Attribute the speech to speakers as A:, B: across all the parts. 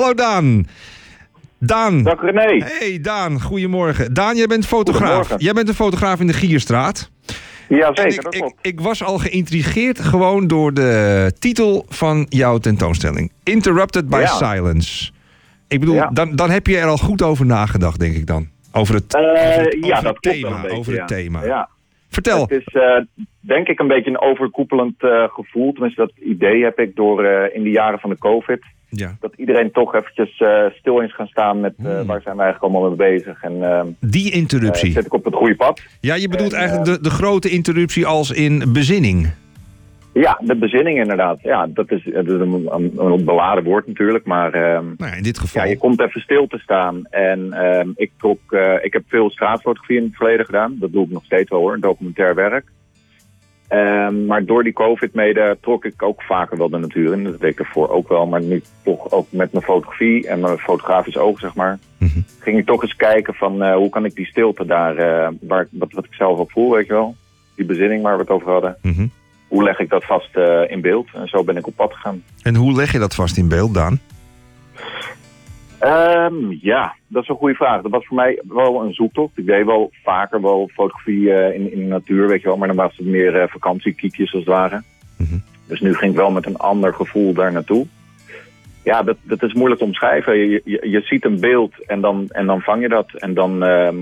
A: Hallo Daan. Daan.
B: Dag René.
A: Hey Daan, goedemorgen. Daan, jij bent fotograaf.
B: Goedemorgen.
A: Jij bent een fotograaf in de Gierstraat.
B: Ja, zeker,
A: ik,
B: dat
A: ik,
B: klopt.
A: ik was al geïntrigeerd gewoon door de titel van jouw tentoonstelling. Interrupted by
B: Ja.
A: Silence. Ik bedoel,
B: Ja.
A: dan, dan heb je er al goed over nagedacht, denk ik dan. Over het,
B: Eh,
A: over het- over
B: ja,
A: het
B: dat klopt wel
A: thema,
B: een beetje,
A: over het
B: ja.
A: thema.
B: Ja.
A: Vertel.
B: Het is eh, denk ik een beetje een overkoepelend eh, gevoel. Tenminste, dat idee heb ik door eh, in de jaren van de COVID.
A: Ja.
B: Dat iedereen toch eventjes eh, stil is gaan staan met eh, waar zijn we eigenlijk allemaal mee bezig. En ehm,
A: Die
B: eh,
A: interruptie.
B: zit ik op het goede pad.
A: ja, je bedoelt
B: en,
A: eigenlijk de, de grote interruptie als in bezinning.
B: Ja, de bezinning inderdaad. Ja, dat is, dat is een, een, een beladen woord natuurlijk. Maar ehm,
A: Nou ja, in dit geval.
B: ja, je komt even stil te staan. En ehm, ik, trok, eh, ik heb veel straatfotografie in het verleden gedaan. Dat doe ik nog steeds wel hoor, documentair werk. Ehm, maar door die COVID mede trok ik ook vaker wel de natuur in. Dat deed ik ervoor ook wel. Maar nu toch ook met mijn fotografie en mijn fotografisch oog, zeg maar.
A: Mhm.
B: Ging ik toch eens kijken van eh, hoe kan ik die stilte daar, eh, waar, ik- wat, wat ik zelf ook voel, weet je wel. Die bezinning waar we het over hadden.
A: Mhm.
B: Hoe leg ik dat vast eh, in beeld? En zo ben ik op pad gegaan.
A: En hoe leg je dat vast in beeld, Daan?
B: Ehm, ja, dat is een goede vraag. Dat was voor mij wel een zoektocht. Ik deed wel vaker wel fotografie eh, in, in de natuur, weet je wel. Maar dan was het meer eh vakantiekiekjes als het ware.
A: Mhm.
B: Dus nu ging ik wel met een ander gevoel daar naartoe. Ja, dat, dat is moeilijk te omschrijven. Je, je, je ziet een beeld en dan, en dan vang je dat. En dan, ehm,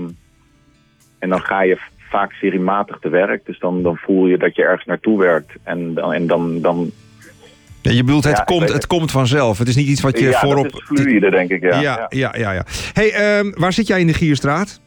B: en dan ga je vaak seriematig te werk. Dus dan, dan voel je dat je ergens naartoe werkt. En, dan- en dan, dan...
A: Ja, je bedoelt, het,
B: Ja, ik
A: komt,
B: weet
A: het
B: het.
A: komt vanzelf. Het is niet iets wat je
B: Ja,
A: voorop...
B: dat is fluide, denk ik. Ja.
A: ja, ja, ja, ja. hey, ehm, waar zit jij in de Gierstraat?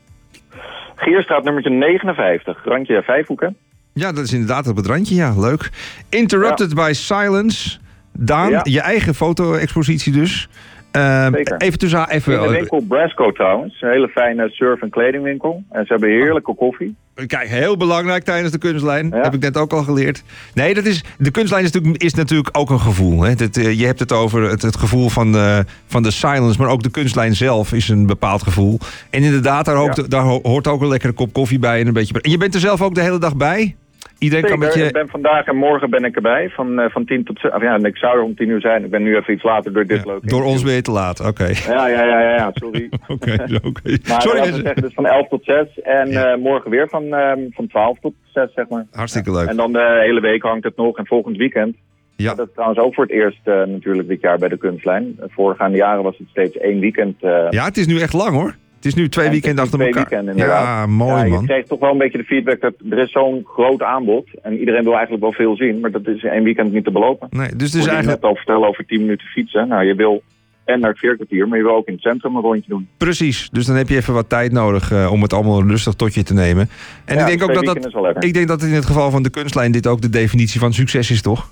B: Geerstraat nummertje 59, randje Vijfhoeken.
A: Ja, dat is inderdaad op het randje. Ja, leuk. Interrupted by Silence. Daan,
B: Ja.
A: je eigen foto-expositie dus. Ehm,
B: Zeker.
A: even eh, tussen...
B: In de
A: Even,
B: winkel Brasco trouwens. Een hele fijne surf- en kledingwinkel. En ze hebben heerlijke koffie.
A: Kijk, heel belangrijk tijdens de kunstlijn.
B: Ja.
A: Heb ik net ook al geleerd. Nee, dat is, de kunstlijn is natuurlijk, is natuurlijk ook een gevoel. Hè? Dat, eh, je hebt het over het, het gevoel van de, van de silence. Maar ook de kunstlijn zelf is een bepaald gevoel. En inderdaad, daar, hoopt-
B: Ja.
A: daar ho- hoort ook een lekkere kop koffie bij. En, een beetje, en je bent er zelf ook de hele dag bij? Iedereen
B: Zeker,
A: kan met je...
B: ik ben vandaag en morgen ben ik erbij. Van, eh, van 10 tot 6. Ja, ik zou er om 10 uur zijn. Ik ben nu even iets later door dit leuke.
A: Door ons
B: interview.
A: weer te laat. Oké.
B: Ja, ja, ja, ja, ja, sorry.
A: Oké, oké.
B: Maar
A: Sorry,
B: Sorry,
A: mensen.
B: zeggen, dus van 11 tot 6. En
A: Ja.
B: eh, morgen weer van, ehm, van 12 tot 6, zeg maar.
A: Hartstikke leuk.
B: En dan de hele week hangt het nog. En volgend weekend.
A: Ja.
B: Dat is trouwens ook voor het eerst eh, natuurlijk dit jaar bij de kunstlijn. Voorgaande jaren was het steeds één weekend. eh,
A: Ja, het is nu echt lang hoor. Het is nu twee
B: Ja, het is
A: weekenden
B: nu
A: achter
B: twee
A: elkaar.
B: weekenden,
A: ja,
B: inderdaad.
A: mooi
B: ja, je
A: man.
B: kreeg toch wel een beetje de feedback dat er is zo'n groot aanbod. En iedereen wil eigenlijk wel veel zien, maar dat is in één weekend niet te belopen.
A: Nee, dus het
B: Dus
A: is
B: je
A: eigenlijk...
B: net al vertellen over 10 minuten fietsen. Nou, je wil en naar het veerkwartier, maar je wil ook in het centrum een rondje doen.
A: Precies, dus dan heb je even wat tijd nodig eh, om het allemaal rustig tot je te nemen. En
B: Ja,
A: ik denk
B: twee
A: ook dat
B: weekenden
A: dat.
B: is wel lekker.
A: Ik denk dat in het geval van de kunstlijn dit ook de definitie van succes is, toch?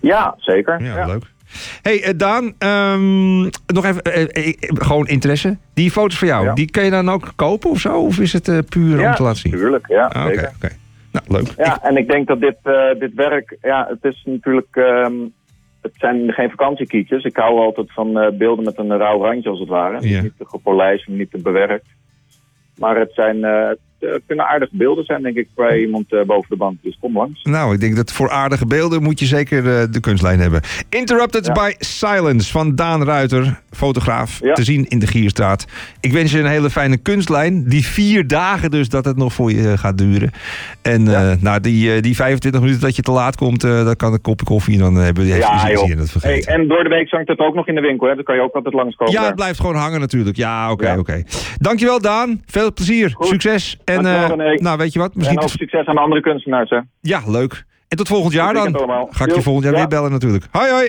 B: Ja, zeker.
A: Ja,
B: Ja.
A: leuk. hey, eh, Daan, ehm, nog even, eh, eh, gewoon interesse. Die foto's van jou,
B: Ja.
A: die kun je dan ook kopen of zo? Of is het eh, puur om
B: Ja,
A: te laten zien?
B: Tuurlijk, ja,
A: Ah, Oké,
B: zeker.
A: oké. Nou, leuk. Ik-
B: Ja, en ik denk dat dit, eh, dit werk, ja, het is natuurlijk, ehm, het zijn geen vakantiekietjes. Ik hou altijd van eh, beelden met een rauw randje als het ware. Dus
A: Ja.
B: Niet te gepolijst, niet te bewerkt. Maar het, zijn, eh, het eh, kunnen aardige beelden zijn, denk ik, bij iemand eh, boven de bank. Dus kom langs.
A: Nou, ik denk dat voor aardige beelden moet je zeker eh, de kunstlijn hebben. Interrupted
B: Ja.
A: by Silence van Daan Ruiter, fotograaf,
B: Ja.
A: te zien in de Gierstraat. Ik wens je een hele fijne kunstlijn. Die vier dagen dus dat het nog voor je eh, gaat duren. En
B: Ja.
A: eh, nou, die, eh, die 25 minuten dat je te laat komt, eh dat kan een kopje koffie en dan hebben we
B: Ja,
A: even
B: joh.
A: en dat
B: Hey,
A: vergeten.
B: en door de week zangt het ook nog in de winkel, hè? Dan kan je ook altijd langskomen.
A: ja,
B: daar.
A: het blijft gewoon hangen natuurlijk. Ja, oké,
B: Ja.
A: oké. Dankjewel Daan. Veel plezier.
B: Goed.
A: Succes. En
B: Dankjewel,
A: eh,
B: René.
A: nou, weet je wat?
B: en
A: Misschien
B: ook
A: tot-
B: succes aan de andere kunstenaars, hè?
A: Ja, leuk. En tot volgend jaar
B: Goed
A: dan.
B: weekend allemaal.
A: Ga ik je
B: Joep.
A: volgend jaar
B: Ja.
A: weer bellen natuurlijk. Hoi hoi.